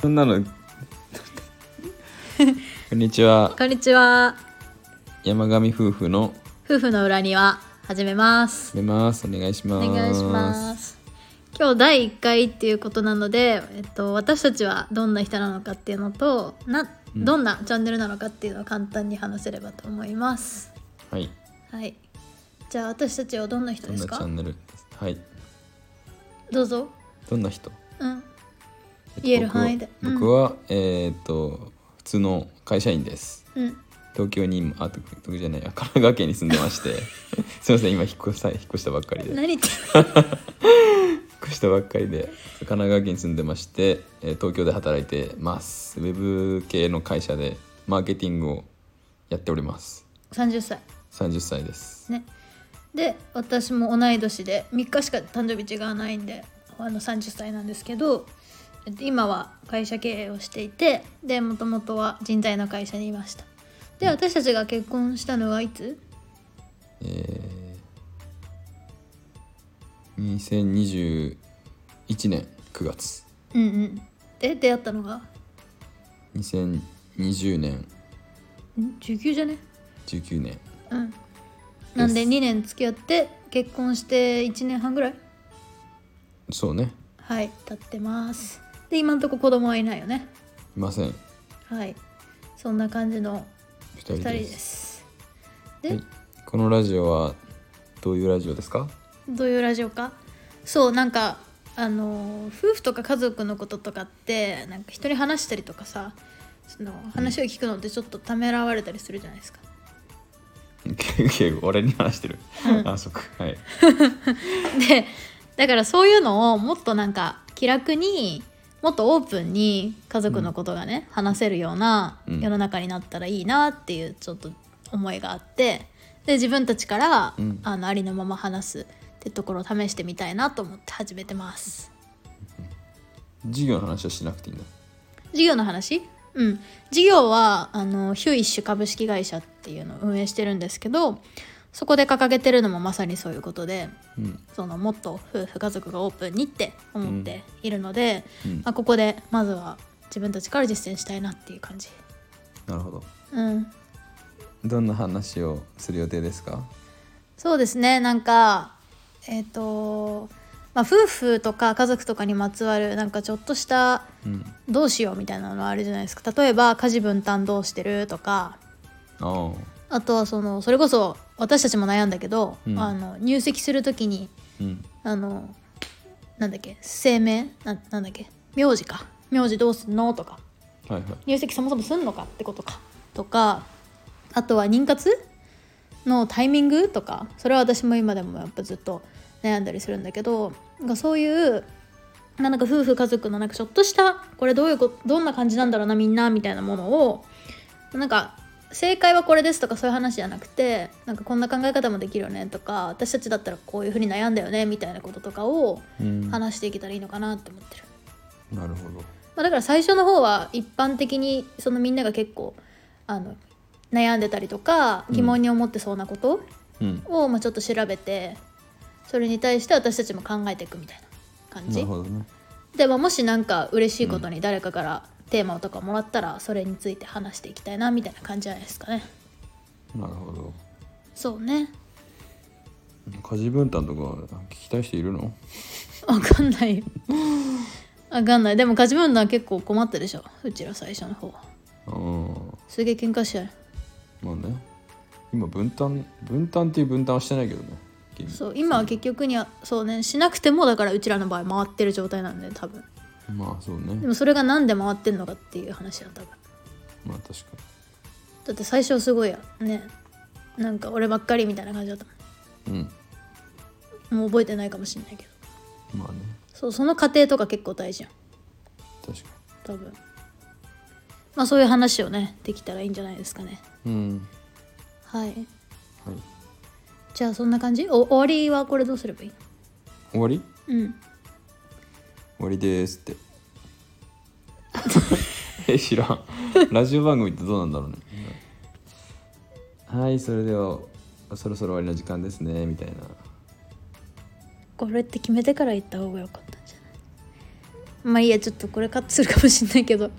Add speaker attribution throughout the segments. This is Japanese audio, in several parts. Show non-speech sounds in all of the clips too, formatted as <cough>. Speaker 1: そんな
Speaker 2: <laughs>
Speaker 1: のこんにちは
Speaker 2: こんにちは。
Speaker 1: 山上夫婦の
Speaker 2: 夫婦の裏庭始めます。
Speaker 1: 出ますお願いしま
Speaker 2: お
Speaker 1: す
Speaker 2: 願いします。今日第1回っていうことなので、えっと、私たちはどんな人なのかっていうのとな
Speaker 1: うん
Speaker 2: どんなチャンネルなのかっていうのを簡単に話せればと思います。
Speaker 1: はい
Speaker 2: はい。じゃあ私たちはどんな人
Speaker 1: どん
Speaker 2: で
Speaker 1: な
Speaker 2: す
Speaker 1: チャ
Speaker 2: か
Speaker 1: ンネルはい
Speaker 2: どうぞ。
Speaker 1: どんな人
Speaker 2: うん。
Speaker 1: えっと
Speaker 2: 言える範囲で
Speaker 1: 僕は,、
Speaker 2: うん
Speaker 1: 僕はえーっと普通の会社員です
Speaker 2: うん。
Speaker 1: 東京に今あ東東京じゃないあ神奈川県に住んでまして
Speaker 2: <laughs>
Speaker 1: すいません今引っ越した引っ越したばっかりで引っ
Speaker 2: 何言って <laughs>
Speaker 1: 越したばっかりで神奈川県に住んでまして、えー東京で働いてますウェブ系の会社でマーケティングをやっております
Speaker 2: 30歳。
Speaker 1: 30歳です
Speaker 2: ね。で私も同い年で3日しか誕生日違わないんであの30歳なんですけどえっと今は会社経営をしていてでもともとは人材の会社にいましたで私たちが結婚したのはいつ
Speaker 1: えー、2021年9月
Speaker 2: うんうんで出会ったのが
Speaker 1: 2020年
Speaker 2: ん19じゃね
Speaker 1: 19年
Speaker 2: うんなん
Speaker 1: で
Speaker 2: で
Speaker 1: す
Speaker 2: 2年付き合って結婚して1年半ぐらい
Speaker 1: そうね
Speaker 2: はい経ってますで今んとこ子供はいないよね
Speaker 1: いません2
Speaker 2: はいそんな感じの
Speaker 1: 人
Speaker 2: 2人
Speaker 1: で
Speaker 2: ですすで、
Speaker 1: はい、このラジオはどういうラジオですか <laughs>
Speaker 2: どういうラジオかそうなんかあのー夫婦とか家族のこととかってなんか人に話したりとかさその話を聞くのってちょっとためらわれたりするじゃないですか。 <laughs>
Speaker 1: 俺に話してる、あそっかはい
Speaker 2: でだからそういうのをもっとなんか気楽にもっとオープンに家族のことがね、話せるような
Speaker 1: うん
Speaker 2: 世の中になったらいいなっていうちょっと思いがあってで自分たちから、
Speaker 1: うん
Speaker 2: あのありのまま話すってところを試してみたいなと思って始めてます。
Speaker 1: 授業の話はしなくていいんだ
Speaker 2: 事業の話うん事業はあのヒュイッシュ株式会社っていうのを運営してるんですけどそこで掲げてるのもまさにそういうことで
Speaker 1: うん
Speaker 2: そのもっと夫婦家族がオープンにって思っているので、
Speaker 1: うん
Speaker 2: まあ、ここでまずは自分たちから実践したいなっていう感じ
Speaker 1: なるほど
Speaker 2: うん
Speaker 1: どんな話をする予定ですか
Speaker 2: そうですねなんかえっ、とまあ夫婦とか家族とかにまつわるなんかちょっとした
Speaker 1: うん
Speaker 2: どうしようみたいなのあるじゃないですか例えば家事分担どうしてるとか
Speaker 1: ああ
Speaker 2: あとはそのそれこそ私たちも悩んだけど、
Speaker 1: うん
Speaker 2: あの入籍するときに
Speaker 1: うん
Speaker 2: あのなんだっけ姓名ななんだっけ名字か名字どうすんのとか
Speaker 1: はいはい
Speaker 2: 入籍そもそもすんのかってことかとかあとは妊活のタイミングとかそれは私も今でもやっぱずっと悩んだりするんだけどなんかそういうまあなんか夫婦家族のなんかちょっとしたこれどういうことどんな感じなんだろうなみんなみたいなものをなんか正解はこれですとかそういう話じゃなくてなんかこんな考え方もできるよねとか私たちだったらこういうふうに悩んだよねみたいなこととかを
Speaker 1: うんなる
Speaker 2: 話していけたらいいのかなって思ってる。
Speaker 1: ほど
Speaker 2: まあ、だから最初の方は一般的にそのみんなが結構あの悩んでたりとか
Speaker 1: うん
Speaker 2: 疑問に思ってそうなこと
Speaker 1: うん
Speaker 2: をまあちょっと調べてそれに対して私たちも考えていくみたいな感
Speaker 1: なる
Speaker 2: じ
Speaker 1: ほどね
Speaker 2: でももし何か嬉しいことに誰かからテーマとかもらったらそれについて話していきたいなみたいな感じじゃないですかね
Speaker 1: なるほど
Speaker 2: そうね
Speaker 1: 家事分担とか聞きたい人いるの
Speaker 2: わか
Speaker 1: <laughs>
Speaker 2: んないよわかんないでも勝ち分は結構困ったでしょうちら最初の方
Speaker 1: う
Speaker 2: すげえ喧嘩しちゃうん
Speaker 1: まあね今分担分担っていう分担はしてないけどね君
Speaker 2: そう今は結局にはそうねしなくてもだからうちらの場合回ってる状態なんで多分
Speaker 1: まあそう
Speaker 2: で
Speaker 1: ね
Speaker 2: もそれが何で回ってんのかっていう話だ多分
Speaker 1: まあ確か
Speaker 2: だって最初すごいやねなんか俺ばっかりみたいな感じだった
Speaker 1: にうん
Speaker 2: もんもう覚えてないかもしれないけど
Speaker 1: まあね
Speaker 2: そうその過程とか結構大事やん
Speaker 1: 確か
Speaker 2: 多分まあそういう話をねできたらいいんじゃないですかね
Speaker 1: にうん
Speaker 2: はい
Speaker 1: はい
Speaker 2: じゃあそんな感じお終わりはこれどうすればいい
Speaker 1: 終わり
Speaker 2: うん
Speaker 1: 終わりですって <laughs> え知らんラジオ番組ってどうなんだろうねはいそれではそろそろ終わりの時間ですねみたいな
Speaker 2: これって決めてから行った方が良かったんじゃないまあいいやちょっとこれカットするかもしんないけど、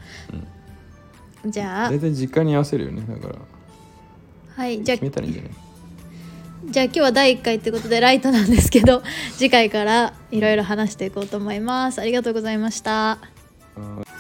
Speaker 2: じゃあ
Speaker 1: 大体実家に合わせるよねだから
Speaker 2: はいじゃあ
Speaker 1: 決めたらいいんじゃない
Speaker 2: じゃあ今日は第1回ってことでライトなんですけど次回からいろいろ話していこうと思いますありがとうございました
Speaker 1: あー